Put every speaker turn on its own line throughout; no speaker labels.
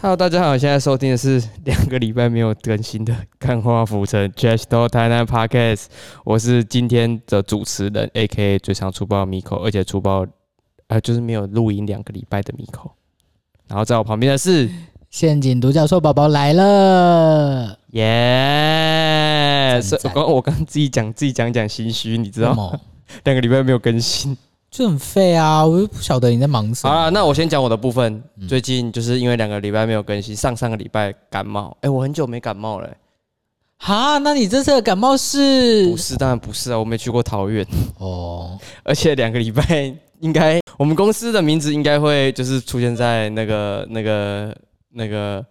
Hello，大家好，现在收听的是两个礼拜没有更新的《看花浮沉 Trash Talk 台南 Podcast》，我是今天的主持人，A.K.A 最常出包的 Miko，而且出包呃就是没有录音两个礼拜的 Miko。然后在我旁边的是
陷阱独角兽宝宝来了，
耶，
赞
是我
赞
刚我刚自己讲自己讲讲心虚，你知道吗？
吗？
两个礼拜没有更新。
就很废啊！我又不晓得你在忙 什
好
么。
了，那我先讲我的部分。最近就是因为两个礼拜没有更新，上上个礼拜感冒，哎、我很久没感冒了、
哈，那你这次的感冒是
不？是，当然不是啊，我没去过桃园。
哦，
而且两个礼拜应该我们公司的名字应该会就是出现在那个那个那个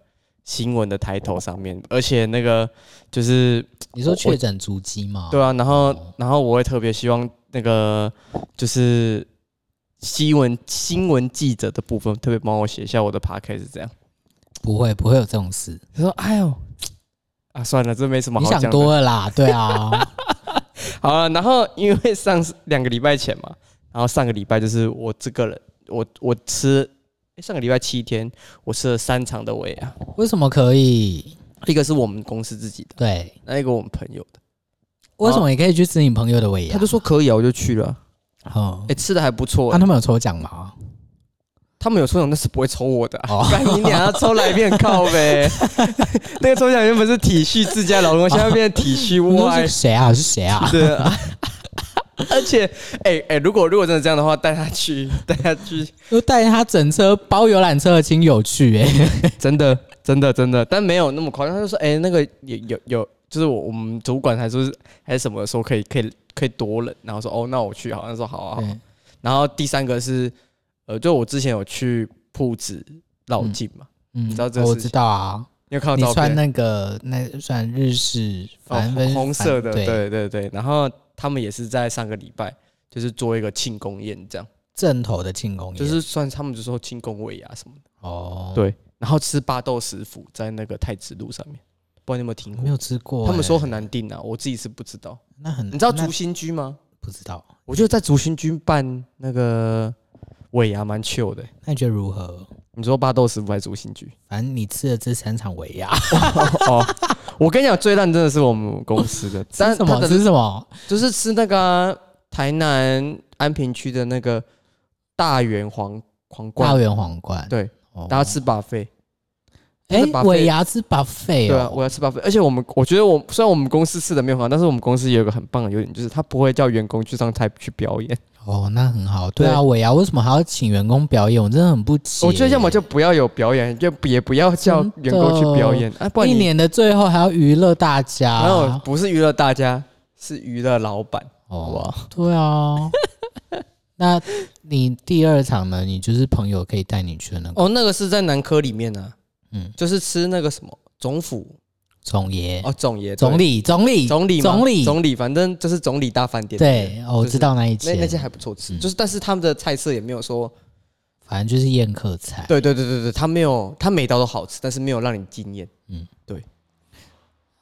新闻的抬头上面，而且那个就是
你说
我
确诊足迹吗？
对啊，然后
哦
然后我会特别希望那个就是新闻新闻记者的部分特别帮我写一下我的 p a c k a g e 这样。
不会，不会有这种事。
他说：“哎呦。”啊，算了，这没什么
你
好讲
想
的。
多了啦，对啊，
好了，然后因为上两个礼拜前嘛，然后上个礼拜就是我这个人，我我吃、诶上个礼拜七天，我吃了三场的维啊，
为什么可以？
一个是我们公司自己的，
对，
那一个我们朋友的，
为什么你可以去吃你朋友的尾牙？
他就说可以啊，我就去了啊，
哦
哎、，吃的还不错、
那啊他们有抽奖吗？
他们有抽奖，但是不会抽我的、啊
哦，
干、你娘要抽来变靠呗， 那个抽奖原本是体恤自家老公，现在变成体恤
你说
外
是谁啊？是谁 啊？
对啊，而且，哎、哎、如果如果真的这样的话，带他去，带他去。
又带他整车包游览车的亲友去，哎，
真的，真的，真的，但没有那么夸张。他就说，哎、那个有有有，就是我我们主管还说是还是什么说可以可以可以多人，然后说哦，那我去，好像说好啊好啊。
对
然后第三个是，呃，就我之前有去铺子绕境嘛，
嗯
你知道这个
我
事
知道啊，
你有看
你
到照
穿
片？
那个那算日式，反正
哦
分、
红红色的，
反对，
对对对。然后他们也是在上个礼拜，就是做一个庆功宴，这样
正头的庆功宴，
就是算他们就说庆功尾牙什么的。
哦，
对，然后吃巴豆食府在那个太子路上面，不知道你有没有听过
没？有吃过欸、
他们说很难订啊，我自己是不知道。
那很，
嗯你知道
那
竹新居吗？
不知道？
我觉得在竹新居办那个尾牙蛮 chill 的欸、
那你觉得如何？
你说巴豆师傅还是竹新 居？
反正你吃了这三场尾牙，
哦，我跟你讲，最烂真的是我们公司 的，但
吃什么
他的
吃什么？
就是吃那个啊、台南安平区的那个大圆皇皇
大
冠，
圆皇冠，
对
哦，
大家吃把费。
哎、
吃 buffet
尾牙吃 buffet
对啊，
哦，
我要吃巴菲，而且我们我觉得我虽然我们公司吃的没有很好，但是我们公司有一个很棒的优点，就是他不会叫员工去上台去表演。
哦，那很好，对
对
啊，尾牙为什么还要请员工表演？我真的很不解，嗯
我觉得要么就不要有表演，就也不要叫
真的
员工去表演啊，不然
一
你
年的最后还要娱乐大
没有
家，
不是娱乐大家，是娱乐老板，好不
哦，
好？
对啊。那你第二场呢？你就是朋友可以带你去的那个
哦，那个是在南科里面呢，
嗯，
就是吃那个什么总府
总爷、
哦，总爷
总
理
理、总理、
总理嘛
总理，
总理，反正就是总理大饭店。，
对，哦
就
我
是
知道那一间，
那那些还不错吃，
嗯
就是但是他们的菜色也没有说，
反正就是宴客菜。
对对对对对，他没有，他每道都好吃，但是没有让你惊艳。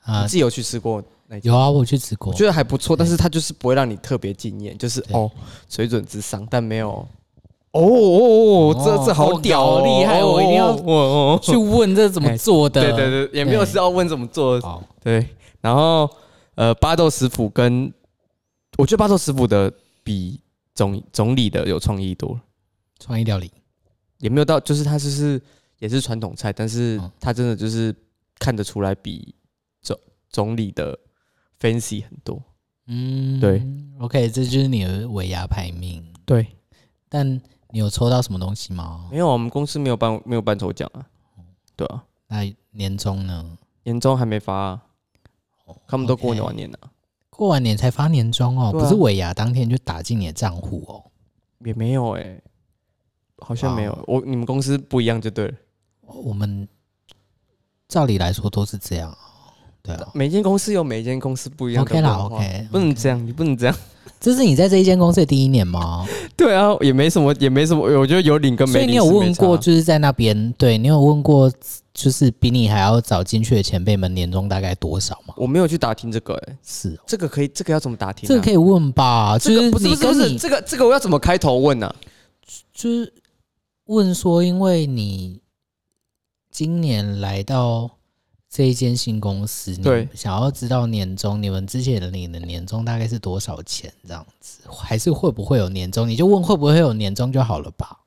啊
你，自己有去吃过那一家？
有啊，我去吃过
我，觉得还不错，但是它就是不会让你特别惊艳，就是
对
哦水准之上，但没有。哦哦哦，这这好屌哦，
哦厉害我一定要
哦哦哦
去问这怎么做的。
哎对对对，也没有是要问怎么做。
好，
对，然后呃，巴豆食府跟我觉得巴豆食府的比总总理的有创意多了，
创意料理，
也没有到就是它就是也是传统菜，但是
嗯
它真的就是看得出来比总总理的 fancy 很多。
嗯，
对
，OK，这就是你的尾牙排名。
对，
但你有抽到什么东西吗？
没有啊，我们公司没有办没有办抽奖啊，对啊，
那年终呢？
年终还没发、啊，他们都过
OK
完年了、
过完年才发年终哦，
对啊
不是尾牙当天就打进你的账户哦。
也没有哎、好像没有
哇。
我你们公司不一样就对了。
我们照理来说都是这样哦，对啊。
每间公司有每间公司啊不一样的
OK 啦
文化
OK，
不能这样，你不能这样。
这是你在这一间公司的第一年吗？
对啊，也没什么，也没什么，我觉得有领跟没
所以
领
你
是
有
没差啊。
问过，就是在那边，对你有问过，就是比你还要早进去的前辈们年终大概多少吗？
我没有去打听这个、欸，
是、哦，
这个可以，这个要怎么打听、啊？
这个可以问吧？
这
就
个
是
不是
你
不是不
跟
是
你
这个这个我要怎么开头问呢、啊？
就是问说，因为你今年来到这一间新公司，你
对
想要知道年终，你们之前领的年终大概是多少钱？这样子，还是会不会有年终？你就问会不会有年终就好了吧？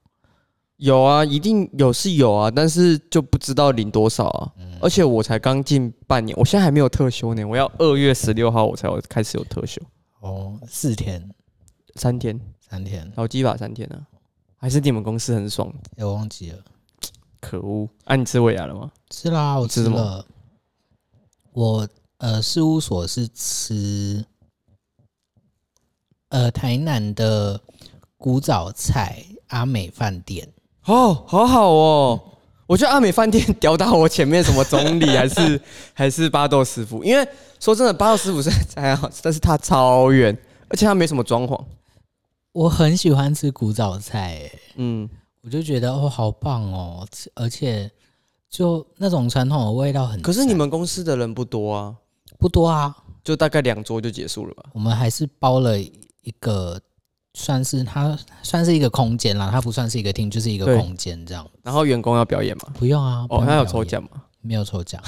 有啊，一定有是有啊，但是就不知道领多少啊。
嗯
而且我才刚进半年，我现在还没有特休呢，我要二月十六号我才有开始有特休，
哦，四天、
三天，
三天，
劳基法三天啊。还是你们公司很爽，
哎我忘记了。
可恶！啊，你吃尾牙了吗？
是啦，我
吃
吃
什么
了。我呃，事务所是吃呃台南的古早菜阿美饭店。
哦，好好哦。我觉得阿美饭店吊打我前面什么总理还是 还是巴豆师傅，因为说真的，巴豆师傅是还好，但是他超远，而且他没什么装潢。
我很喜欢吃古早菜、欸，
嗯，
我就觉得哦，好棒哦，吃而且就那种传统的味道很赞。
可是你们公司的人不多啊，
不多啊，
就大概两桌就结束了吧？
我们还是包了一个，算是它算是一个空间啦，它不算是一个厅，就是一个
对
空间这样。
然后员工要表演嘛？
不用啊，不
哦，
用
他有
表
抽
演，
奖嘛？
没有抽奖。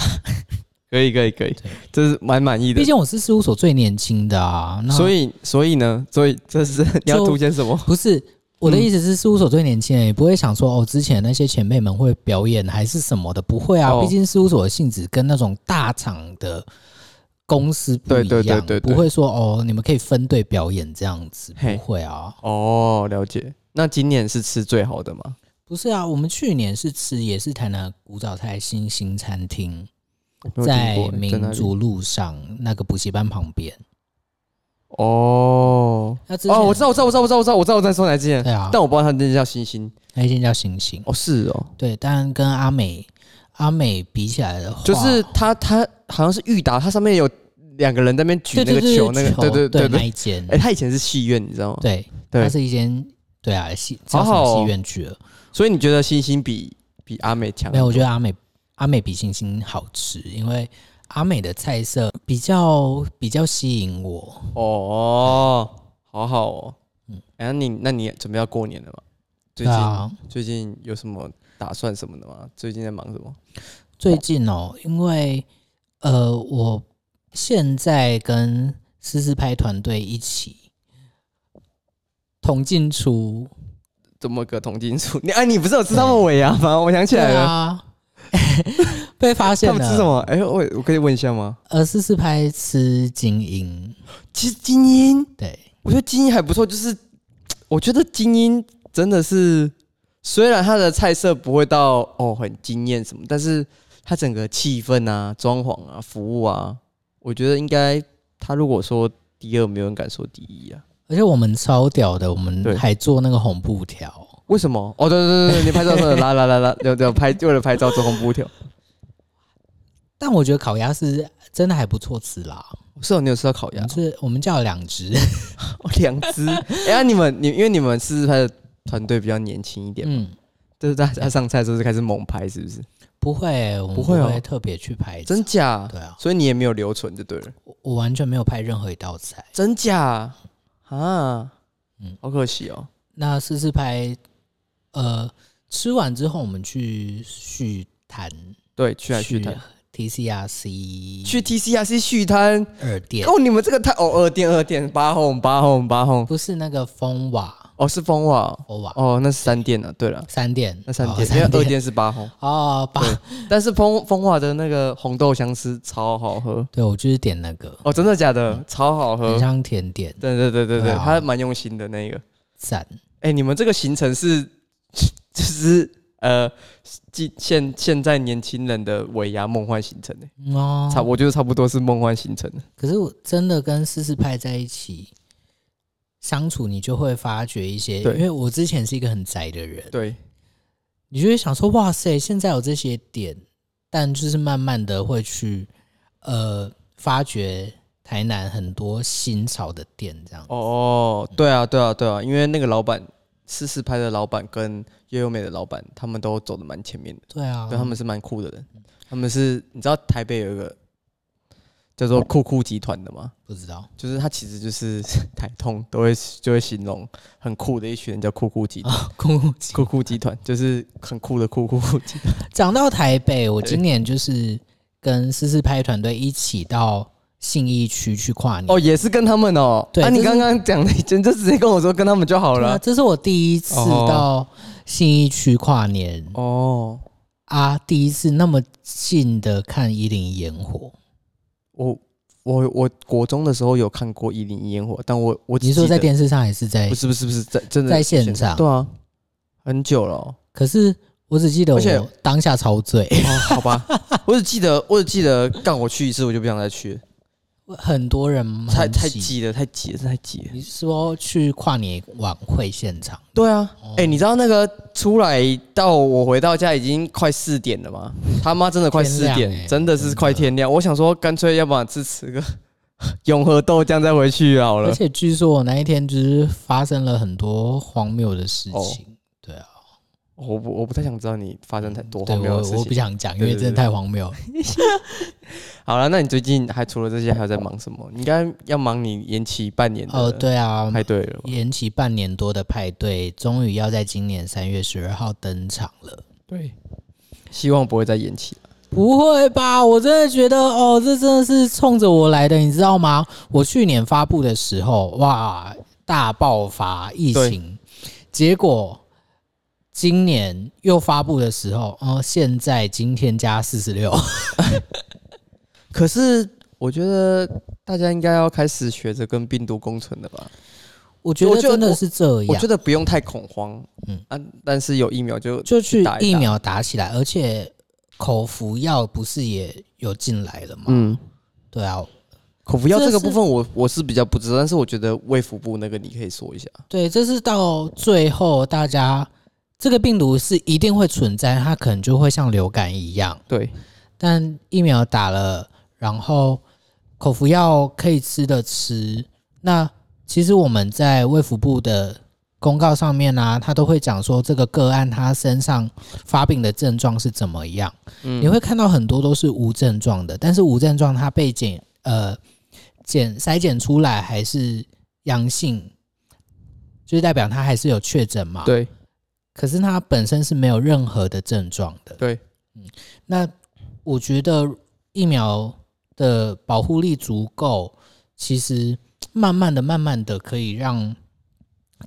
可以，可以，可以
对，
这是蛮满意的
毕。竟我是事务所最年轻的啊，那
所以，所以呢，所以这 是你要凸显什么？
不是我
嗯
的意思是事务所最年轻的，也不会想说哦，之前那些前辈们会表演还是什么的，不会啊。
哦
毕竟事务所的性质跟那种大厂的公司不一样，
对对对对对
不会说哦，你们可以分队表演这样子，
嘿
不会啊。
哦，了解。那今年是吃最好的吗？
不是啊，我们去年是吃也是台南古早菜新兴餐厅，
我没有哦听
在
过在哪
民
里
族路上那个补习班旁边。
哦
那之前
哦，我知道，我知道，我知道，我知道，我知道，我知道我在说哪之前，
对啊，
但我不知道他那叫星星。
那一间叫星星。
哦，是哦，
对，但跟阿美阿美比起来的话，
就是他，他好像是裕达，他上面有两个人在那边举
对
那
对
个
对
球，那个
球
对对对
那
对。
一间，
哎，他以前是戏院，你知道吗？
对，它
对，
是一间对啊戏
好
叫什
好
么
哦
戏院剧了？
所以你觉得星星比比阿美强？
没有，我觉得阿美阿美比星星好吃，因为阿美的菜色比较比较吸引我。
哦，好好哦。嗯
嗯，
哎、那你那你准备要过年了吗？最
对
近、
啊，
最近有什么打算什么的吗？最近在忙什么？
最近哦，因为呃，我现在跟思思拍团队一起同进出，
怎么个同金属？你哎、你不是有吃他们尾牙吗？我想起来
对
了，
啊， 被发现
他
了。
们吃什么？哎、我我可以问一下吗？
呃，四四拍吃精英，
其实精英，
对，
我觉得精英还不错，就是我觉得精英真的是，虽然它的菜色不会到哦很惊艳什么，但是它整个气氛啊、装潢啊、服务啊，我觉得应该它如果说第二，没有人敢说第一啊。
而且我们超屌的，我
对
们还做那个红布条，
为什么？哦，对对 对对，你拍照说啦啦啦啦，有有拍为了拍照做红布条。
但我觉得烤鸭是真的还不错吃啦，
是哦，你有吃到烤
我
鸭
们？是我们叫了两只，
哦 两只。哎呀，你们你因为你们是拍的团队比较年轻一点，
嗯，
就是大家上菜的时候就开始猛拍，是不是？
不会，我们
不
不
会哦
会特别去拍照，
真假？
对啊，
所以你也没有留存就对了。
我我完全没有拍任何一道菜。
真假啊？
嗯
好可惜哦。
那四四拍，呃，吃完之后我们去续谈，
对，去来去
啊
谈，
嗯 TCRC
去 TCRC 续摊。
二店，
哦，你们这个摊哦，二店二店八红八红八红，
不是那个风瓦
哦是风瓦哦
风瓦
哦，那是三店啊。对了，
三店，
那三
哦
店，因为
三
二
店
店是八红，
哦，八
但是风风瓦的那个红豆香丝超好喝。
对，我就是点那个，
哦，真的假的？超好
嗯很
喝。
像甜点，
对对对对对，
对啊
他蛮用心的那个。
赞。
哎、你们这个行程是 就是呃，现现现在年轻人的尾牙梦幻行程呢、欸
嗯哦，
差我觉得差不多是梦幻行程。
可是我真的跟思思派在一起相处，你就会发觉一些，
对
因为我之前是一个很宅的人，
对，
你就会想说，哇塞，现在有这些点，但就是慢慢的会去呃发掘台南很多新潮的店，这样。
哦，对啊，对啊，对啊，因为那个老板四四拍的老板跟悠悠美的老板，他们都走的蛮前面的，
对啊，
对，他们是蛮酷的人，他们是你知道台北有一个。叫做酷酷集团的嘛，
不知道
就是它其实就是 台通都会就会形容很酷的一群人叫酷酷集团，
啊，公共机
酷酷集团就是很酷的酷酷集 团。
讲到台北，我
对
今年就是跟思思拍团队一起到信义区去跨年。
哦，也是跟他们哦。
对
啊，你
这是
刚刚讲的，你就直接跟我说跟他们就好
对啊
了。
这是我第一次
哦
到信义区跨年、
哦，
啊，第一次那么近的看一零烟火。
我我我国中的时候有看过一零一烟火，但我我只
你是说
记得
在电视上还是在
不？是不是不是在真的
在现场
对啊，很久了 哦、
可是我只记得
而且
我当下超醉，
哦，好吧，我只记得我只记得干我去一次我就不想再去了，
很多人
太
很
太
挤
挤了，太挤了，真的太挤了。
你是说去跨年晚会现场？
对啊，哎、
哦
你知道那个出来到我回到家已经快四点了吗？他妈真的快四
天亮
点，
欸
真的是快
真的
天亮。我想说，干脆要不然吃吃个 永和豆浆再回去好
而
了。
且据说我那一天就是发生了很多荒谬的事情。
哦
对啊，
我不我不太想知道你发生太多
对
荒谬的事
我我不
情。
想讲，因
对
为
对
真的
对
太荒谬了。
好了，那你最近还除了这些还有在忙什么？你应该要忙你延期半年的
哦，对啊，
派对了吧。
延期半年多的派对，终于要在今年三月十二号登场了。
对，
希望不会再延期了。
不会吧？我真的觉得哦，这真的是冲着我来的，你知道吗？我去年发布的时候，哇，大爆发疫情，结果今年又发布的时候，哦、现在今天加四十六，
可是我觉得大家应该要开始学着跟病毒共存了吧？
我觉
我
得
觉得
真的是这
我
样
觉。得不用太恐慌，
嗯
嗯啊，但是有疫苗就
就去
打一打
疫苗打起来，而且口服药不是也有进来了吗？
嗯，
对啊，
口服药
这
这个
是
部分我我是比较不知道，但是我觉得卫福部那个你可以说一下。
对，这是到最后大家这个病毒是一定会存在，它可能就会像流感一样，
对，
但疫苗打了，然后口服药可以吃的吃。那其实我们在卫福部的公告上面呢、啊，他都会讲说这个个案他身上发病的症状是怎么样。你会看到很多都是无症状的，但是无症状它被检呃检筛检出来还是阳性，就是代表他还是有确诊嘛。。
对
可是他本身是没有任何的症状的。嗯
对，
那我觉得疫苗的保护力足够，其实慢慢的、慢慢的可以让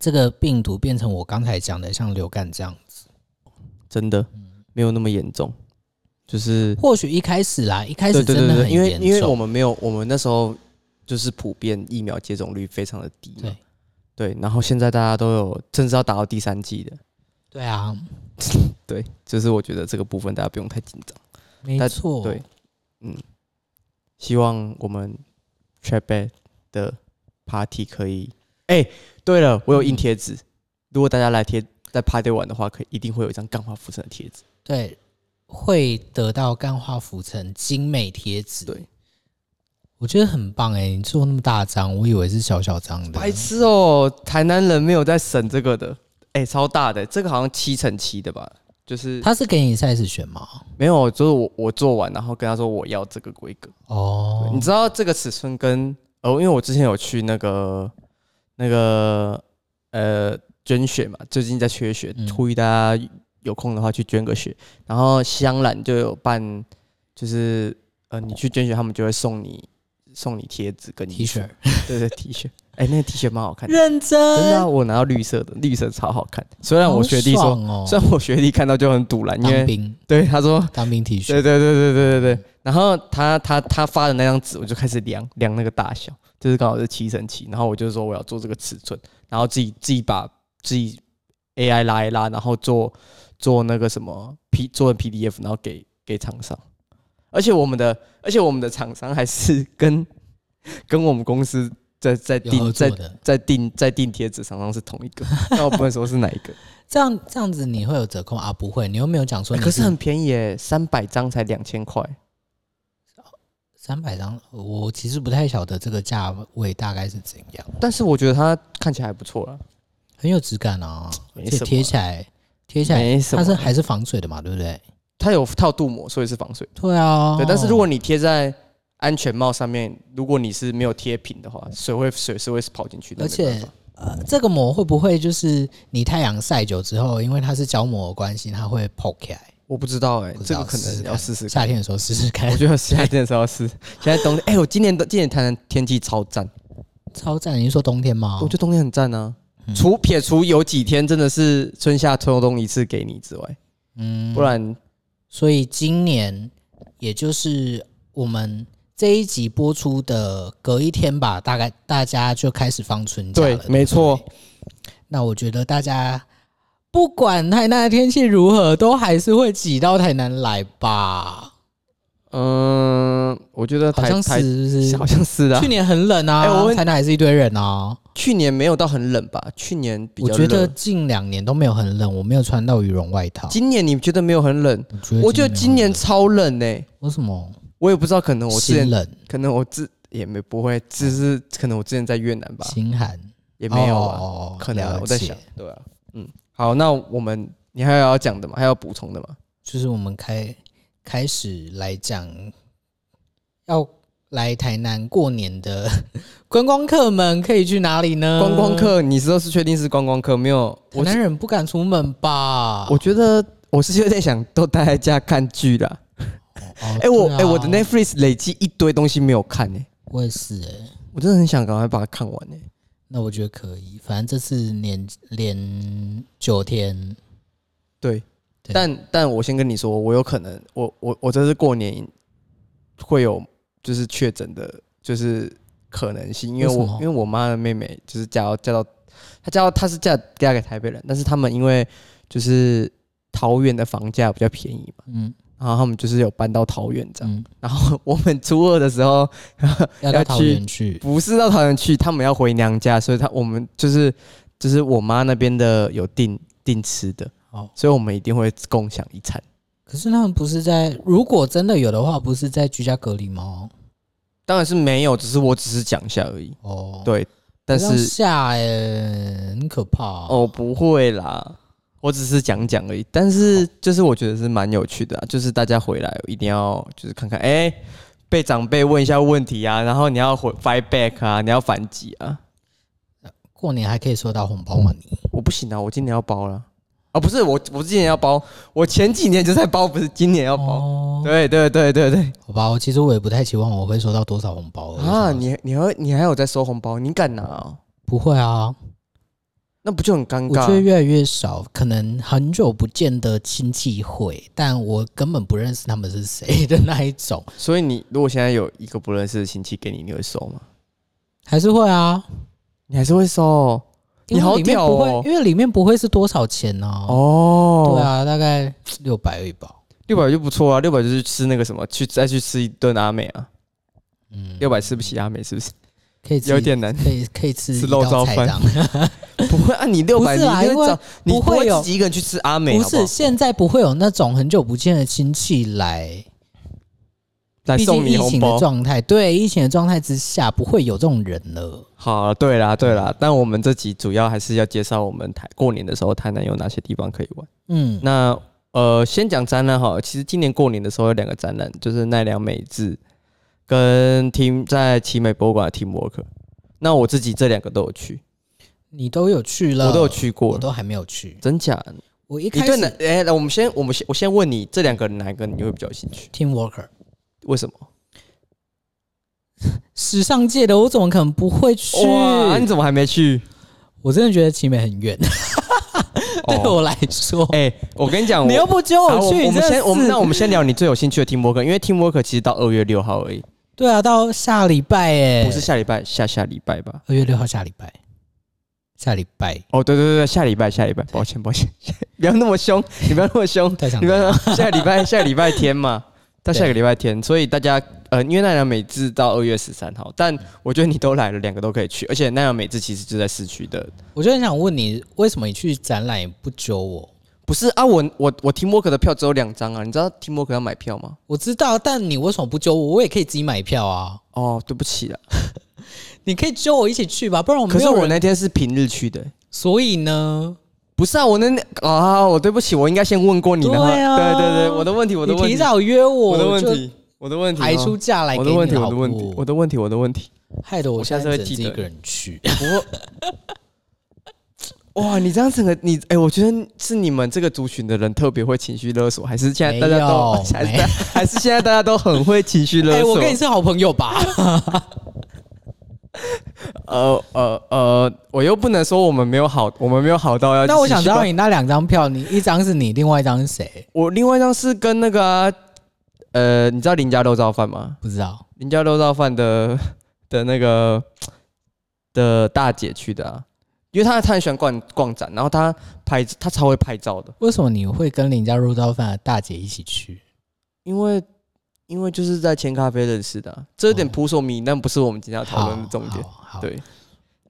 这个病毒变成我刚才讲的像流感这样。
真的没有那么严重，就是
或许一开始啦，一开
对
始
对
真
对
的
对，
很
因为因
严
为我
重。
们没有，我们那时候就是普遍疫苗接种率非常的低嘛
对，
对，然后现在大家都有，甚至要打到第三季的，
对啊，
对，就是我觉得这个部分大家不用太紧张。
没
但
错。
对嗯希望我们 t r a p b a d 的 party 可以。哎、对了，我有
嗯
印贴纸，如果大家来贴在 party 玩的话，可以一定会有一张钢化浮尘的贴纸。
对，会得到干化浮尘精美贴纸。
对，
我觉得很棒哎、你做那么大张，我以为是小小张的。
白痴哦，台南人没有在省这个的。哎、超大的，这个好像七乘七的吧？就是
他是给你 size 选吗？
没有，就是我我做完，然后跟他说我要这个规格。对
哦
你，知道这个尺寸跟呃，因为我之前有去那个那个呃捐血嘛，最近在缺血
嗯，
呼吁大家有空的话去捐个血。然后香兰就有办，就是呃，你去捐血，他们就会送你送你贴纸跟
T
衣服
恤，
对对 T 恤。哎、那个 T 恤蛮好看的，
认真，
真的啊、我拿到绿色的，绿色超好看。虽然我学弟
嗯好
说，
爽哦，
虽然我学弟看到就很堵然，因
当
为
兵
对他说
当兵 T 恤，
对对对对对对对。然后他他他发的那张纸，我就开始量量那个大小，就是刚好是七乘七。然后我就说我要做这个尺寸，然后自己自己把自己 AI 拉一拉，然后做做那个什么 P 做成 PDF，然后给给厂商。而且我们的而且我们的厂商还是跟跟我们公司在在
有合
订
作
在
的，
在订在订贴纸厂商是同一 个，那我不能说是哪一个。
这样这样子你会有折扣啊？不会，你又没有讲说
欸
你
可是很便宜耶，三百张才两千块。
三百张，我其实不太晓得这个价位大概是怎样，
但是我觉得它看起来还不错啊啦，
很有质感啊，而
没
且
什么
贴起来贴起来，
没什
它
么
是还是防水的嘛，对不对？
它有套镀膜，所以是防水。
对啊，
对，但是如果你贴在安全帽上面，如果你是没有贴平的话，水会水是会跑进去的。
而且呃，这个膜会不会就是你太阳晒久之后，因为它是胶膜的关系，它会破开？
我不知道哎、
不知
这
道
个可
试试
能
看
要试试看。
夏天的时候试试看
我，觉得夏天的时候要试，现在冬天哎、我今年的今年台南天气超赞，
超赞！你是说冬天吗？
我觉得冬天很赞啊。
嗯
除撇除有几天真的是春夏秋冬一次给你之外，
嗯
不然
所以今年也就是我们这一集播出的隔一天吧，大概大家就开始放春假了。
对
对，不对
没错。，
那我觉得大家不管台南的天气如何，都还是会挤到台南来吧？
嗯，我觉得
好
台
像
台
是，是不是
好像是的啊、
去年很冷啊，
哎我问
台南还是一堆人啊。
去年没有到很冷吧？去年比
我
较
觉得啊
热
近两年都没有很冷，我没有穿到羽绒外套。
今年你觉得没有很冷？我觉得今
没有
年超冷呢、欸
为什么
我也不知道，可能我之
心
前
冷
可能我之也没不会，只是可能我之前在越南吧，
心寒
也没有啊，
哦、
可能啊
了
我在
解
想，对啊，嗯，好，那我们你还有要讲的吗？还有补充的吗？
就是我们开开始来讲，要来台南过年的 观光客们可以去哪里呢？
观光，客，你知道是确定是观光客没有？
台
我
南人不敢出门吧？
我觉得我是有点想都待在家看剧啦。
哎
哎、我哎、
哎
我的 Netflix 累积一堆东西没有看呢、
我也是哎、
我真的很想赶快把它看完呢、
那我觉得可以，反正这次连连九天，
对，
对
但但我先跟你说，我有可能，我我我这次过年会有就是确诊的，就是可能性，因为
为什
我
么
因为我妈的妹妹就是嫁到嫁到，她嫁到她是嫁嫁给台北人，但是他们因为就是桃园的房价比较便宜嘛，
嗯
然后他们就是有搬到桃园这样，
嗯，
然后我们初二的时候
要
要
到桃
去
园去，
不是到桃园去，他们要回娘家，所以他我们就是就是我妈那边的有订订吃的，
哦
所以我们一定会共享一餐。
可是他们不是在，如果真的有的话，不是在居家隔离吗？
当然是没有，只是我只是讲一下而已。
哦，，
对，但是
下哎、很可怕哦
哦，不会啦，我只是讲讲而已。但
哦
是就是我觉得是蛮有趣的、啊，就是大家回来一定要就是看看，哎、被长辈问一下问题啊，然后你要回 fight back 啊，你要反击啊。
过年还可以收到红包吗？你
我不行啊，我今年要包了。啊，不是我，我今年要包，我前几年就在包，不是今年要包。
哦，
对对对对对
好吧，其实我也不太期望我会收到多少红包
啊！
你
你你还你还有在收红包，你敢拿、哦？
不会啊？
那不就很尴
我觉得
尬？
越来越少，可能很久不见的亲戚会，但我根本不认识他们是谁的那一种，
所以你如果现在有一个不认识的亲戚给你，你会收吗？
还是会啊。
你还是会收哦。
因
你好
为里面
屌
不会，
哦
因为里面不会是多少钱呢、哦？
哦
对，啊，大概六百一吧。
六百就不错啊，六百就是吃那个什么，去再去吃一顿阿美啊。
嗯，
六百吃不起阿美是不是？
可以吃
有点难。
可以可以吃
吃
一道
肉燥
菜
饭
这样
不会啊，你六百
不
你
是啊
一定会
因为
找，你
不
不
会
会哦
有
自己一个人去吃阿美，好
不
好
是，？现在不会有那种很久不见的亲戚来。
来
毕
送
竟
你
疫
红
情的
包。
状态，对疫情的状态之下，不会有这种人了。
好，对啦对啦，但我们这集主要还是要介绍我们台过年的时候台南有哪些地方可以玩。
嗯，
那呃，先讲展览哈。其实今年过年的时候有两个展览，就是奈良美智跟 Team 在奇美博物馆的 Team Work。那我自己这两个都有去，
你都有去了，
我都有，去过
我。都还没有去。
真假？
我一
你
开
对哪
始？
哎、我们先，我们先，我先问你，这两个哪一个你会比较有兴趣？
Team Worker
为什么？
时尚界的，我怎么可能不会去？
哇，你怎么还没去？
我真的觉得奇美很远， 对
哦，
我来说，
哎、我跟你讲，
你又
我
不揪
好，我
去，
我
你
们
真的
先，我们
是
那我们先聊你最有兴趣的 Team Work，因为 Team Work 其实到二月六号而已，
对啊，到下礼拜哎，
不是下礼拜，下下礼拜吧？
二月六号下礼拜，下礼拜
哦，对对对对，下礼拜下礼拜，抱歉抱歉， 不要那么凶，你不要那么凶，
太想
你不要说下礼拜下礼拜天嘛，到下个礼拜天，所以大家呃，因为奈良美智到二月十三号，但我觉得你都来了，两个都可以去，而且奈良美智其实就在市区的，
我就很想问你，为什么你去展览也不揪我？
不是啊，我我我 t e a m w 的票只有两张啊，你知道 t e a m w 要买票吗？
我知道，但你为什么不揪我？我也可以自己买票啊，
哦，对不起了，
你可以揪我一起去吧，不然我
可
没
是
有
我
人。
那天是平日去的、
所以呢，
不是啊，我那啊，我对不起，我应该先问过你，然后
对啊
对对对，我的问题，我的
你
问
提
题，
早约我，
我的问
就
题，我的问题哦，
排出价来给
我
你
的问题，
好
我的
不
问题，我的问题，我的问题。
害得我
我
现
下次
在
会
只能自
记
己
得
一个人 去。哎
哇，你这样整个你，哎、我觉得是你们这个族群的人特别会情绪勒索，还是现在大家都
没有，
还
没
是还是现在大家都很会情绪勒
哎，
索？
我跟你是好朋 友吧？
呃呃呃，我又不能说我们没有好，我们没有好到要。
那我想知道，你那两张票，你一张是你，另外一张是谁？
我另外一张是跟那个、啊，呃，你知道林家肉燥饭吗？
不知道。
林家肉燥饭的 的那个的大姐去的啊，因为她她很喜欢逛逛展，然后她拍她超会拍照的，
为什么你会跟林家肉燥饭的大姐一起去？
因为因为就是在千咖啡认识的啊、这有点扑朔迷，但不是我们今天要讨论的重点。
好，好
对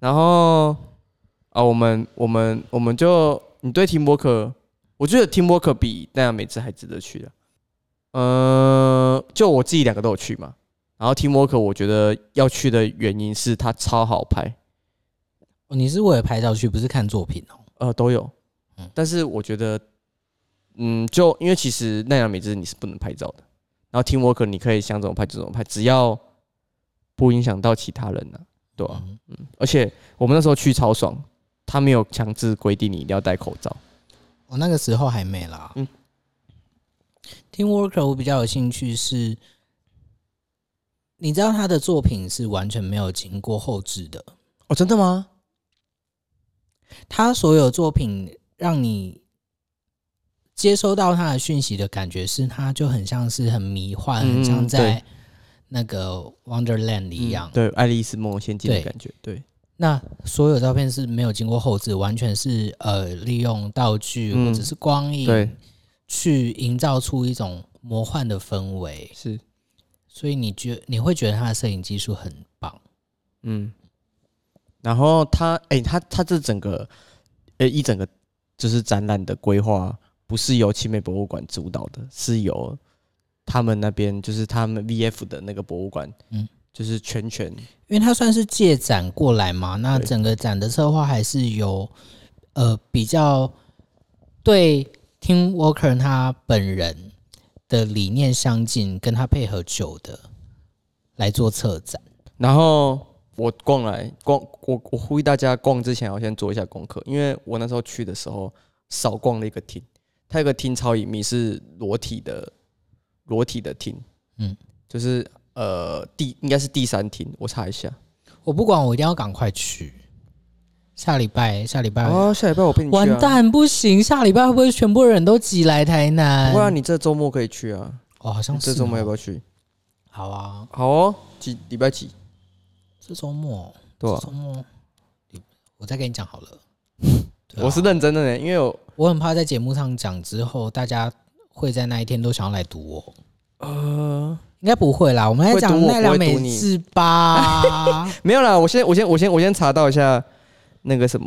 然后啊，我们我们我们就你对 Team Work，我觉得 Team Work 比那样每次还值得去的。呃，就我自己两个都有去嘛。然后 Team Work 我觉得要去的原因是它超好拍，
哦你是为了拍照去，不是看作品哦。
呃，都有
嗯。
但是我觉得，嗯，就因为其实奈良美智你是不能拍照的，然后 Team Work 你可以想怎么拍就怎么拍，只要不影响到其他人呢、对吧、
嗯
而且我们那时候去超爽，他没有强制规定你一定要戴口罩。
我哦那个时候还没啦。嗯
嗯
，Team Worker 我比较有兴趣是，你知道他的作品是完全没有经过后置的，
哦，真的吗？
他所有作品让你接收到他的讯息的感觉是，他就很像是很迷幻，
嗯
很像
对嗯
在那个 Wonderland 一样。
对，《爱丽丝梦游仙境》的
对
感觉，对，
那所有照片是没有经过后置，完全是呃利用道具
嗯
或者是光
对
影去营造出一种魔幻的氛围，
是，
所以你觉你会觉得他的摄影技术很棒。
嗯。然后他，哎、他他这整个，呃、一整个就是展览的规划，不是由奇美博物馆主导的，是由他们那边，就是他们 VF 的那个博物馆，
嗯
嗯，就是全权，
因为它算是借展过来嘛，那
对
整个展的策划还是由呃比较对 Tim Walker 他本人的理念相近，跟他配合久的来做策展。
然后我逛来逛，我我呼吁大家逛之前要先做一下功课，因为我那时候去的时候少逛了一个厅，它有个厅超隐秘，是裸体的裸体的厅，
嗯
嗯，就是呃第应该是第三厅，我查一下。
我不管，我一定要赶快去。下礼拜，下礼拜、
哦，下礼拜我陪你去、啊。
完，蛋，不行！下礼拜会不会全部人都挤来台南？
不然你这周末可以去啊，
哦，好像
你
是
这周末要
哦
不要去？
好啊，
好哦，几礼拜几？
这周末，
对
这
啊，
周末，我再跟你讲好了。对啊
我是认真的呢，因为我
我很怕在节目上讲之后，大家会在那一天都想要来读我。
呃
应该不会啦，我们在
会
讲
读我
奈良
不会
美
读你
智 吧？
没有啦，我先我先我先我先查到一下那个什么。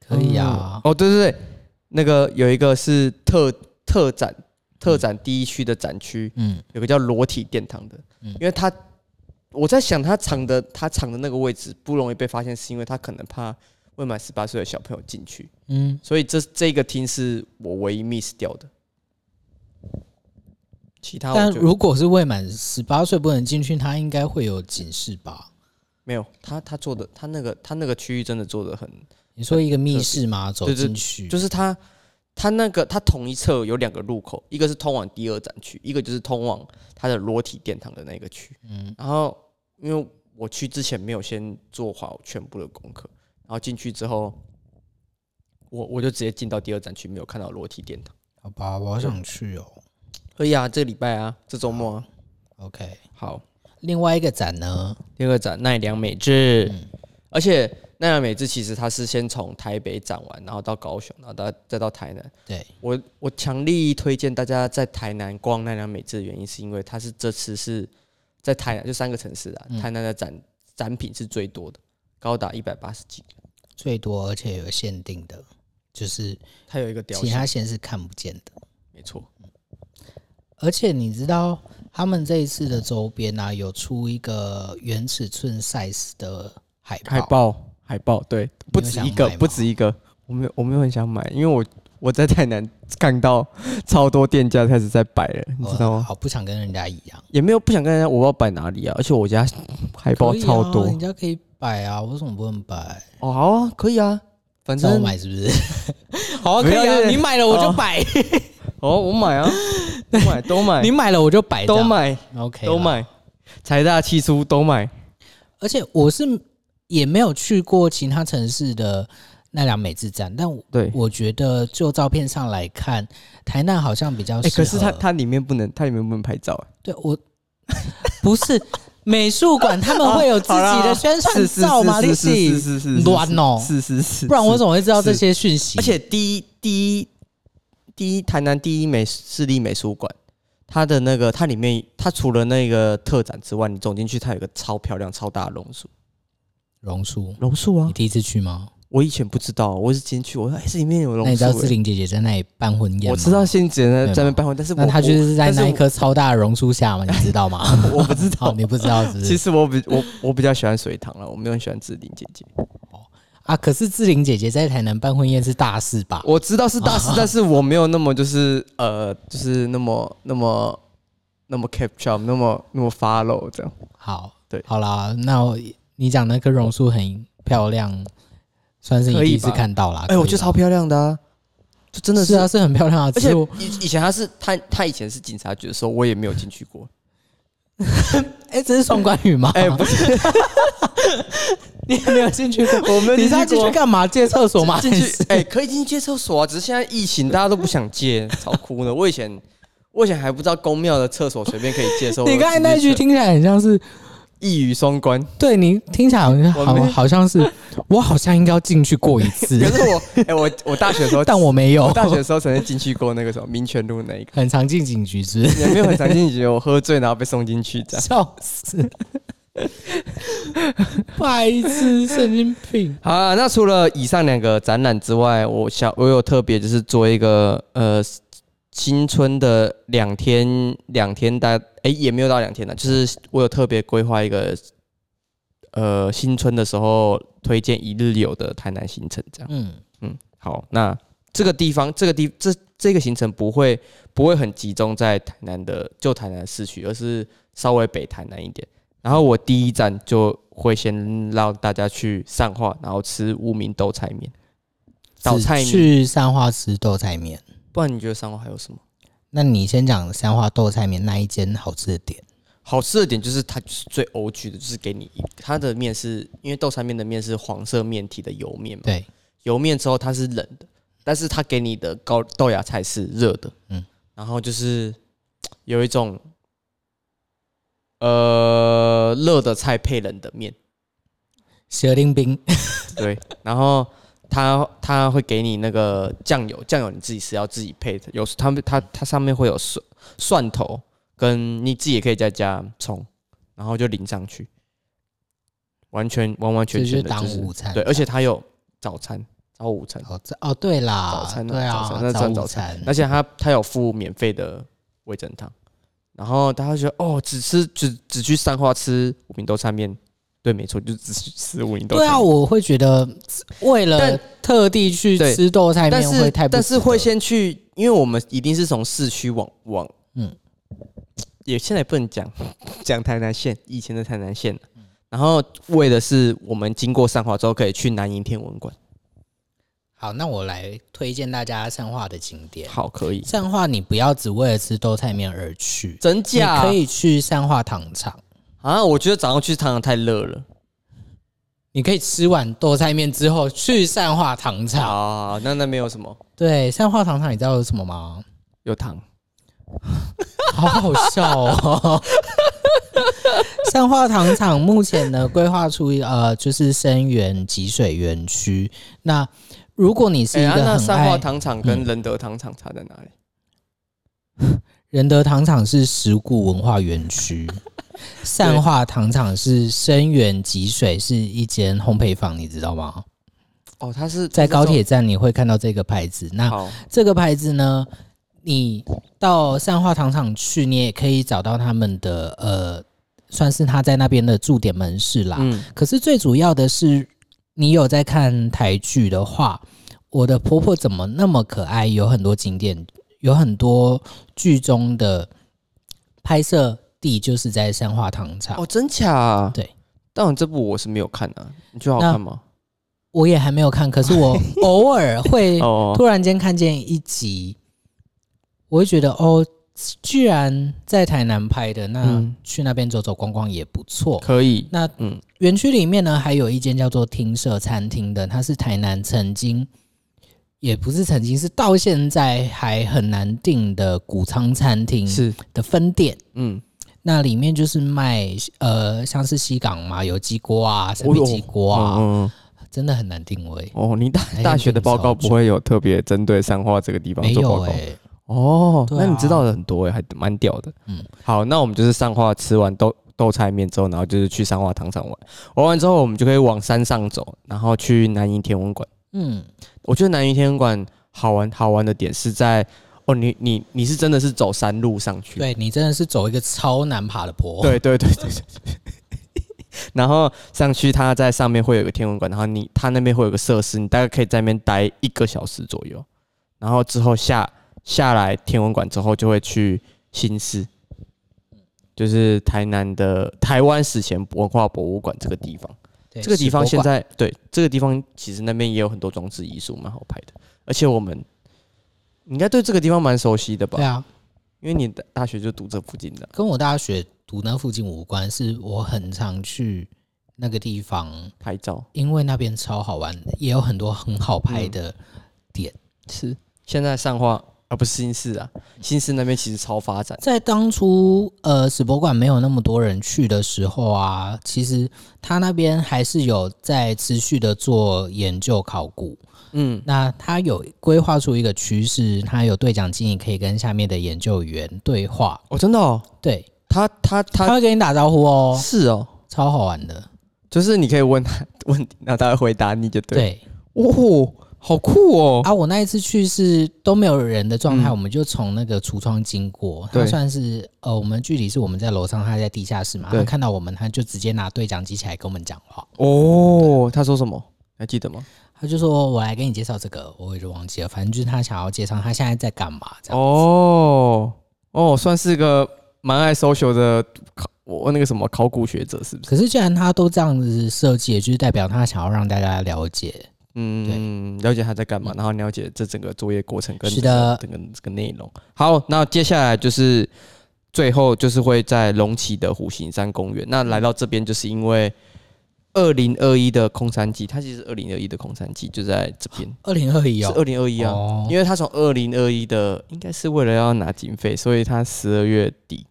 可以啊，
嗯哦，对对对，那个有一个是特特展特展第一区的展区，
嗯，
有个叫裸体殿堂的，
嗯
因为它我在想它藏的它藏的那个位置不容易被发现，是因为它可能怕未满十八岁的小朋友进去，
嗯，
所以这这个厅是我唯一 miss 掉的。其他
但
我就
如果是未满十八岁不能进去，他应该会有警示吧？
没有，他他做的他那个他那个区域真的做的很，
你说一个密室吗？走
对对
进去
就是他他那个他同一侧有两个入口，一个是通往第二展区，一个就是通往他的裸体殿堂的那个区。
嗯
然后因为我去之前没有先做好全部的功课，然后进去之后，我我就直接进到第二展区，没有看到裸体殿堂。
好吧，我好想去哦。
可以啊，这礼拜啊，这周末啊，
OK，
好，
另外一个展呢？
第二个展奈良美智，而且奈良美智其实它是先从台北展完，然后到高雄，然后到再到台南。
对，
我我强力推荐大家在台南逛奈良美智的原因，是因为它是这次是在台南就三个城市啊，
嗯
台南的展展品是最多的，高达一百八十几个。
最多而且有限定的，就是
它有一个雕
其
像，
他县是看不见的。
没错，
而且你知道，他们这一次的周边啊，有出一个原尺寸 size 的海报，
海报海报对，不止一
想买
个
吗，
不止一个。我没有我没有很想买，因为我我在台南看到超多店家开始在摆了，你
我
知道吗？
呃好不想跟人家一样。
也没有不想跟人家，我不知道摆哪里啊，而且我家海报
可以啊
超多
人家可以摆啊，我为什么不能摆？
哦，好啊，可以啊，反
让我
正
买是不是？ 好啊，
不
可以
要
啊，
对
你买了我就
哦
摆，
哦，我买啊，都买都买
你买了我就摆，
都买
，OK，
都
啦。
买，财大气粗都买，
而且我是也没有去过其他城市的奈良美智站，但我
对。
我觉得就照片上来看，台南好像比较适
哎，
合。
可是它它里面不能，它里面不能拍照，哎
对我不是美术馆，他们会有
哦
自己的宣传
哎是是
照吗？
是
丽
是是
西，
是是
乱哦
是是是，
不然我怎么会知道这
是
些讯息？
而且第一第一第一台南第一美市立美术馆，它的那个它里面它除了那个特展之外，你走进去它有个超漂亮超大的榕树，
榕树，
榕树啊
你，第一次去吗？
我以前不知道，我是进去我说哎、这里面有
那
榕
你
树、
知道志
欸，
玲姐姐在那里办婚宴吗？
我知道。现在只能在
对吗
那边办婚，但是我
那她就是在
但是
那一
我
棵超大的榕树下嘛，你知 道吗？
我我不知
哦，
道。
你不知道是不
其
是？
实我比我我比较喜欢水塘了，我没有很喜欢志玲姐姐。
啊，可是志玲姐姐在台南办婚宴是大事吧？
我知道是大师，但是我没有那么就是呃，就是那么那么那么 capture，那么那么 follow 这样。
好，
对
好啦，那我你讲那棵榕树很漂亮，算是你
可以
第一次
吧
看到啦。
哎、我觉得
可以
超
吧
漂亮的啊，就真的
是
是。
啊，是很漂亮啊，
而
只
且
是我
以以前他是他他以前是警察局的时候，我也没有进去过。
哎，这是双关语吗？
哎、不是，
你也没有进去过，
我没有
你
进
是要
去
进去
过。
干嘛？借厕所吗？
进
还
去
是
哎、可以进去借厕所啊，只是现在疫情，大家都不想借，超哭呢。我以前我以前还不知道公庙的厕所随便可以借，所以我
你刚才那
进去
句听起来很像是，
一语双关，
对你听起来好像
我
好
没
好像是，我好像应该要进去过一次
可，是我哎、我我大学的时候，
但我没有
我，大学的时候曾经进去过那个什么民权路那一个，
很常进警局是不是
也没有很常进去，我喝醉然后被送进去这样。
笑死，白痴神经病。
好啊、那除了以上两个展览之外，我想我有特别就是做一个呃新春的两天两天大，哎、也没有到两天了，就是我有特别规划一个呃新春的时候推荐一日游的台南行程这样。
嗯，
好，那这个地方，这个地这这个行程不会不会很集中在台南的旧台南市区，而是稍微北台南一点。然后我第一站就会先让大家去上化，然后吃无名豆菜面、倒菜
只
面。
去三花吃豆菜面。
不然你觉得上化还有什么
那你先讲三花豆菜面那一间好吃的
嗯
点。
好吃的点？就是它就是最 O G 的，就是给你一它的面是因为豆菜面的面是黄色面体的油面嘛，
对，
油面之后它是冷的，但是它给你的高豆芽菜是热的，
嗯
嗯，然后就是嘖有一种呃热的菜配冷的面，
蛇丁冰，
对，然后它它会给你那个酱油，酱油你自己是要自己配的，有时他们它它上面会有蒜蒜头，跟你自己也可以再加葱，然后就淋上去，完全完完
这
全全
就是
的就
当
是
午餐。
对，而且它有早餐早午餐。
哦，这哦对啦，
早餐啊
对啊，
早餐那算
早
早
午餐
而且他他有附免费的味噌汤，然后大家就觉得哦，只吃只只去三花吃五明豆菜面，对，没错，就只去吃五明豆
对
菜面。
啊，我会觉得为了
但
特地去
对
吃豆菜
但
面会
是
太不
但
值
是
得
会先去，因为我们一定是从市区往往
嗯
嗯，也现在也不能讲讲台南县以前的台南县了然后为的是我们经过三华之后可以去南瀛天文馆，
好。那我来推荐大家善化的景点。
好，可以，
善化你不要只为了吃豆菜面而去，
真
你
假
可以去善化糖厂，
啊？我觉得早上去汤太热了
你可以吃完豆菜面之后去善化糖厂。
啊，那那没有什么
对，善化糖厂你知道有什么吗？
有糖。
好好笑 哦！善化糖厂目前呢规划出一呃，就是生源集水园区。那如果你是
哎
一
呀，
个
那
很
三
爱、嗯
花糖厂跟仁德糖厂差在哪里？
仁德糖厂是石鼓文化园 区，善化糖厂是生源集水，是一间烘焙坊，你知道吗？
哦，它是
在高铁站你会看到这个牌子。那
好
这个牌子呢，你到善化糖厂去，你也可以找到他们的呃，算是他在那边的驻点门市啦。
嗯，
可是最主要的是，你有在看台剧的话，我的婆婆怎么那么可爱？有很多景点，有很多剧中的拍摄地就是在三化糖厂。
哦，真假、啊？
对。
但这部我是没有看啊，你觉得好看吗？
我也还没有看，可是我偶尔 会
哦，
突然间看见一集，我会觉得哦，居然在台南拍的，那
嗯
去那边走走逛逛也不错。
可以。
那
嗯
园区里面呢，还有一间叫做厅舍餐厅的，它是台南曾经，也不是曾经，是到现在还很难定的谷仓餐厅
是，
的分店。
嗯，
那里面就是卖呃，像是西港嘛，有鸡锅啊，三明鸡锅啊，
嗯，嗯
真的很难定位。
哦，你大
哎
大学的报告不会有特别针对三化这个地方
没
做
有
报告
哎、
哦，
对啊
那你知道的很多哎，还蛮屌的。
嗯
嗯，好，那我们就是上化吃完豆豆菜面之后，然后就是去上化糖厂玩，玩完之后我们就可以往山上走，然后去南瀛天文馆。
嗯，
我觉得南瀛天文馆好玩好玩的点是在哦，你你你是真的是走山路上去，
对你真的是走一个超难爬的坡，，
对对对对对 对然后上去，它在上面会有一个天文馆，然后你它那边会有个设施，你大概可以在那边待一个小时左右。然后之后下下来天文馆之后，就会去新市，就是台南的台湾史前文化博物馆这个地方。
对
这个地方
哎石
现
博馆
在对这个地方其实那边也有很多装置艺术，蛮好拍的。而且我们你应该对这个地方蛮熟悉的吧？
对啊，
因为你的大学就读这附近的。
跟我大学读那附近无关，是我很常去那个地方，
拍照
因为那边超好玩，也有很多很好拍的。
嗯是现在上化啊，不是新市啊，新市那边其实超发展。
在当初呃史博馆没有那么多人去的时候啊，其实他那边还是有在持续的做研究考古。
嗯，
那他有规划出一个趋势，他有对讲机，你可以跟下面的研究员对话，
哦，真的哦，
对，
他他
他
他
会跟你打招呼哦，
是哦，
超好玩的。
就是你可以问他问题，然后他会回答你就对。
对
哦，好酷哦，
啊，我那一次去是都没有人的状态，
嗯
我们就从那个橱窗经过。他
对
算是呃，我们距离是我们在楼上，他在地下室嘛。
对
他看到我们，他就直接拿对讲机起来跟我们讲话。
哦，他说什么？还记得吗？
他就说：“我来跟你介绍这个，我也就忘记了，反正就是他想要介绍他现在在干嘛这样。”
哦哦，算是个蛮爱 social 的考我那个什么考古学者是不是？
可是既然他都这样子设计，也就是代表他想要让大家了解。
嗯，了解他在干嘛，然后了解这整个作业过程跟
是的
整个这个内容。好，那接下来就是最后就是会在龙崎的虎形山公园。那来到这边就是因为二零二一的空山季，它其实二零二一的空山季就在这边，
二零二一
是
哦，
二零二一啊，
哦
因为它从二零二一的应该是为了要拿经费，所以它十二月底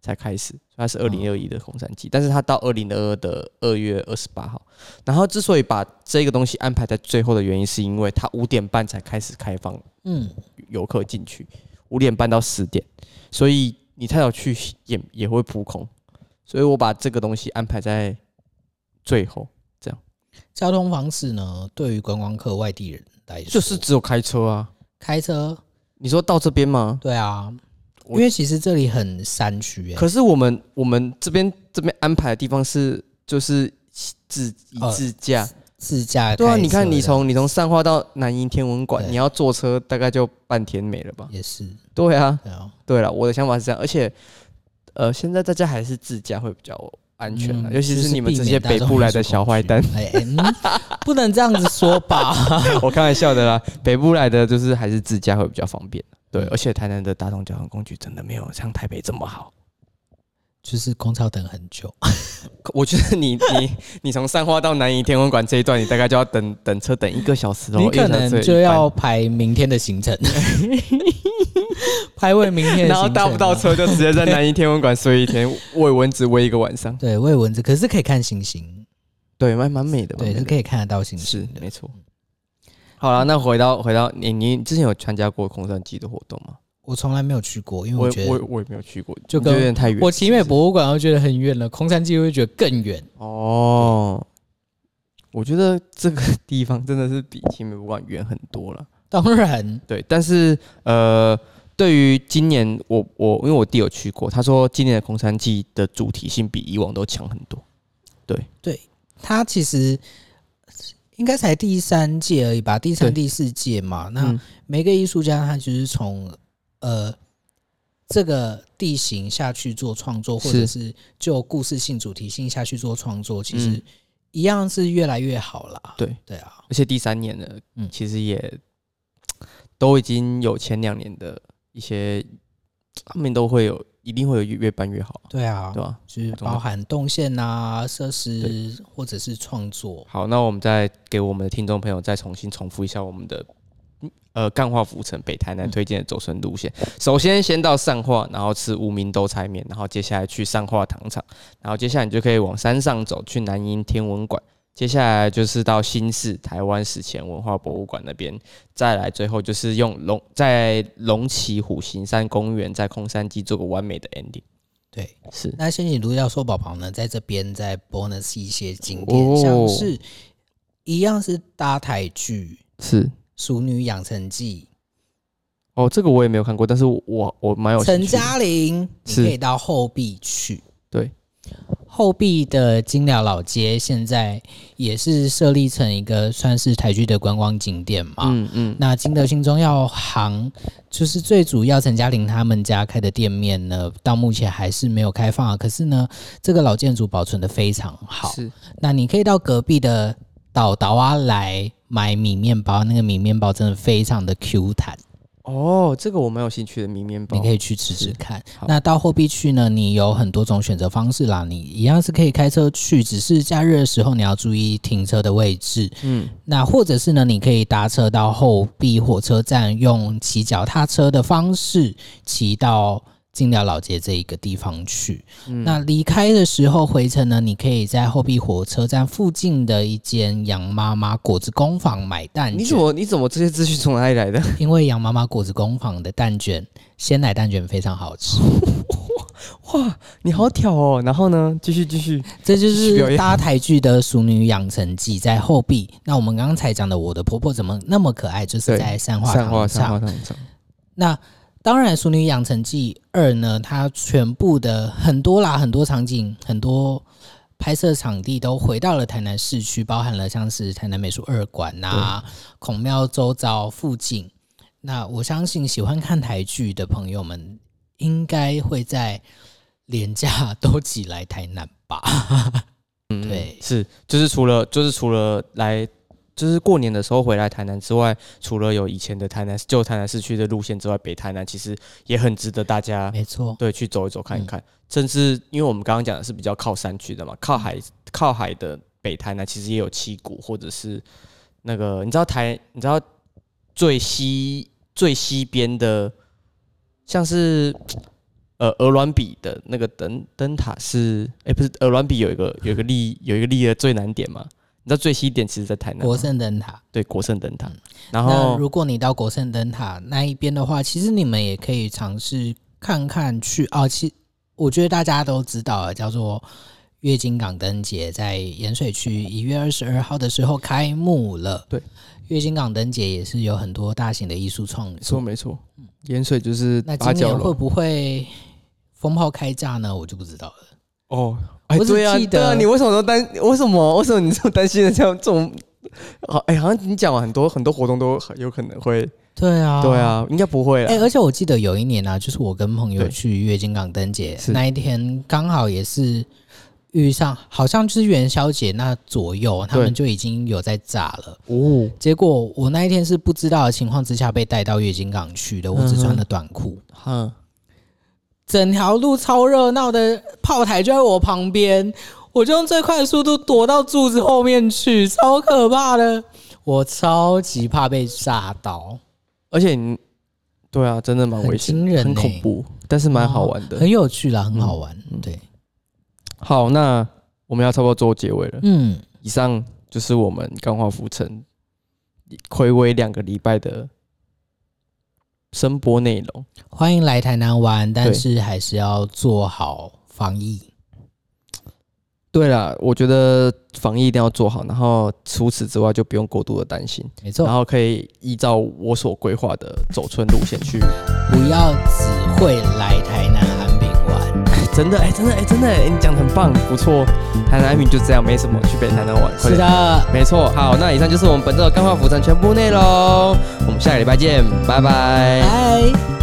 才开始，所以它是二零二一的红山季，但是它到二零二二的二月二十八号。然后之所以把这个东西安排在最后的原因，是因为它五点半才开始开放
嗯，
游客进去，五点半到十点，所以你太早去也也会扑空，所以我把这个东西安排在最后，
交通方式呢，对于观光客外地人来说，
就是只有开车啊。
开车。
你说到这边吗？
对啊，因
我
为其实这里很山区、欸，
可是我们我们这边这边安排的地方是就是自以
呃
自驾，
自驾
对啊，
开车
你看你
的
从你从上化到南瀛天文馆，
对
你要坐车大概就半天没了吧？
也是
对啊，
对啊，
对了，我的想法是这样，而且呃，现在大家还是自驾会比较安全啊，
嗯
尤其
就是
你们这些
避免大
北
众
部来
运
的
输
小
恐
坏
惧
蛋，
哎、哎嗯不能这样子说吧？
我开玩笑的啦，北部来的就是还是自驾会比较方便。对，
嗯
而且台南的大众交通工具真的没有像台北这么好。
就是公车等很久，
我觉得你你你从三花到南瀛天文馆这一段，你大概就要等 等车等一个小时哦，
你
一个
可
小时
能
有一
就
半
要，排明天的行程， 排为明天的行程、
然
啊
后搭不到。车就直接在南瀛天文馆睡一天，喂蚊子喂一个晚上，
对，喂蚊子，可是可以看星星，
对，蛮蛮美的，蛮
对，
美
是
的
可以看得到星
是
星的。
没错。好了，那回到回到你你之前有参加过空山祭的活动吗？
我从来没有去过，因为
我
我觉
我
得
我也没有去过，
就
你觉得有
跟
点太远。
我奇美
是不是
博物馆会觉得很远了，空山记会觉得更远。
哦，我觉得这个地方真的是比奇美博物馆远很多了。
当然，
对，但是呃，对于今年我我因为我弟有去过，他说今年的空山祭的主题性比以往都强很多。
它其实应该才第三届而已吧，第三、
对
第四届嘛。那
嗯
每个艺术家他就是从呃这个地形下去做创作，或者是就故事性、主题性下去做创作，其实
嗯
一样是越来越好啦。
对
对啊，
而且第三年了，
嗯
其实也都已经有前两年的一些，他们都会有，一定会有越越办越好，
对啊，
对吧？
就是
懂了
包含动线啊、设施或者是创作。
好，那我们再给我们的听众朋友再重新重复一下我们的呃干化浮城北台南推荐的走村路线。首先先到上化，然后吃无名豆菜面，然后接下来去上化糖厂，然后接下来你就可以往山上走，去南瀛天文馆。接下来就是到新市台湾史前文化博物馆那边，再来最后就是用龙在龙崎虎形山公园在空山鸡做个完美的 ending。
对，
是
那仙女独角兽宝宝呢，在这边再 bonus 一些景点，
哦
像是一样是搭台剧。
是
《熟女养成记
哦，这个我也没有看过，但是我我我蛮有》，兴
陈
趣的
嘉玲，你
是
可以到后壁去。
对，
后壁的金寮老街现在也是设立成一个算是台剧的观光景点嘛。
嗯嗯，
那金德新中药行就是最主要陈嘉玲他们家开的店面呢，到目前还是没有开放啊。可是呢，这个老建筑保存的非常好。
是
那你可以到隔壁的岛岛啊来买米面包，那个米面包真的非常的 Q 弹。
哦，这个我蛮有兴趣的，米面包。
你可以去吃吃看
哦好。
那到货币区呢，你有很多种选择方式啦，你一样是可以开车去，只是假日的时候你要注意停车的位置。
嗯，
那或者是呢，你可以搭车到后壁火车站，用骑脚踏车的方式骑到。金寮老街这一个地方去，
嗯
那离开的时候回程呢，你可以在后壁火车站附近的一间杨妈妈果子工坊买蛋
你
卷
怎。么你怎么这些资讯从哪里来的？
因为杨妈妈果子工坊的蛋卷，鲜奶蛋卷非常好吃，
哇，你好挑
嗯
哦。然后呢，继续继续。
这就
继续表
是
演
搭台剧的《熟女养成记》在后壁。那我们刚才讲的《我的婆婆怎么那么可爱》，就是
对
在三化
散
糖
花散花
厂。
糖厂，
那当然，《熟女养成记二》呢，它全部的很多啦，很多场景，很多拍摄场地都回到了台南市区，包含了像是台南美术二馆呐、孔庙周遭附近。那我相信喜欢看台剧的朋友们，应该会在廉价都挤来台南吧？
嗯
对
是就是除了就是除了来。就是过年的时候回来台南之外，除了有以前的台南旧台南市区的路线之外，北台南其实也很值得大家
没错，
对去走一走
嗯
看一看。甚至因为我们刚刚讲的是比较靠山区的嘛，靠海靠海的北台南其实也有七股，或者是那个你知道台你知道最西最西边的，像是呃鹅銮比的那个灯灯塔是，哎、不是鹅銮比有一个有一个立有一个立的最南点嘛？你知道最西点其实在台南
国
吗，
盛灯塔。
对国盛灯塔，然
那
后
如果你到国盛灯塔那一边的话，其实你们也可以尝试看看去哦。其我觉得大家都知道了，叫做月经港灯节，在盐水区一月二十二号的时候开幕了。
对，
月经港灯节也是有很多大型的艺术创
没错
作。
没错，盐水就是
嗯那
八
今
角
年会
楼
不会风炮开炸呢？我就不知道了。
哦，哎
我只
对啊
记
对啊
得
你为什么都担？为什么？为什么你这么担心的这样这种？好，哎、好像你讲了很多很多活动都有可能会，
对啊，
对。啊，应该不会
哎、
啦。
而且我记得有一年啊，就是我跟朋友
对
去月经港灯节
是
那一天，刚好也是遇上，好像就是元宵节那左右，他
对
们就已经有在炸了。
哦，
结果我那一天是不知道的情况之下被带到月经港去
嗯
的，我只穿了短裤，
哈，
整条路超热闹的，炮台就在我旁边，我就用最快的速度躲到柱子后面去，超可怕的，我超级怕被炸到。
而且你，对啊，真的蛮危险，
很惊人
很
欸
恐怖，但是蛮好玩的。
很有趣啦，很好玩。
嗯
对，
好，那我们要差不多做结尾了。
嗯，
以上就是我们钢化浮城暌违两个礼拜的声波内容。
欢迎来台南玩，但
对
是还是要做好防疫。
对啦，我觉得防疫一定要做好，然后除此之外就不用过度的担心。
没
然
错，
后可以依照我所规划的走村路线去，哎
不要只会来台南安平玩。
真的，哎、真的，哎、真的，哎、你讲的很棒，不错。台南民就这样，没什么，去北台南玩。快
是
点，
的，
没错。好，那以上就是我们本周的干化浮城全部内容，我们下个礼拜见，拜拜。
拜。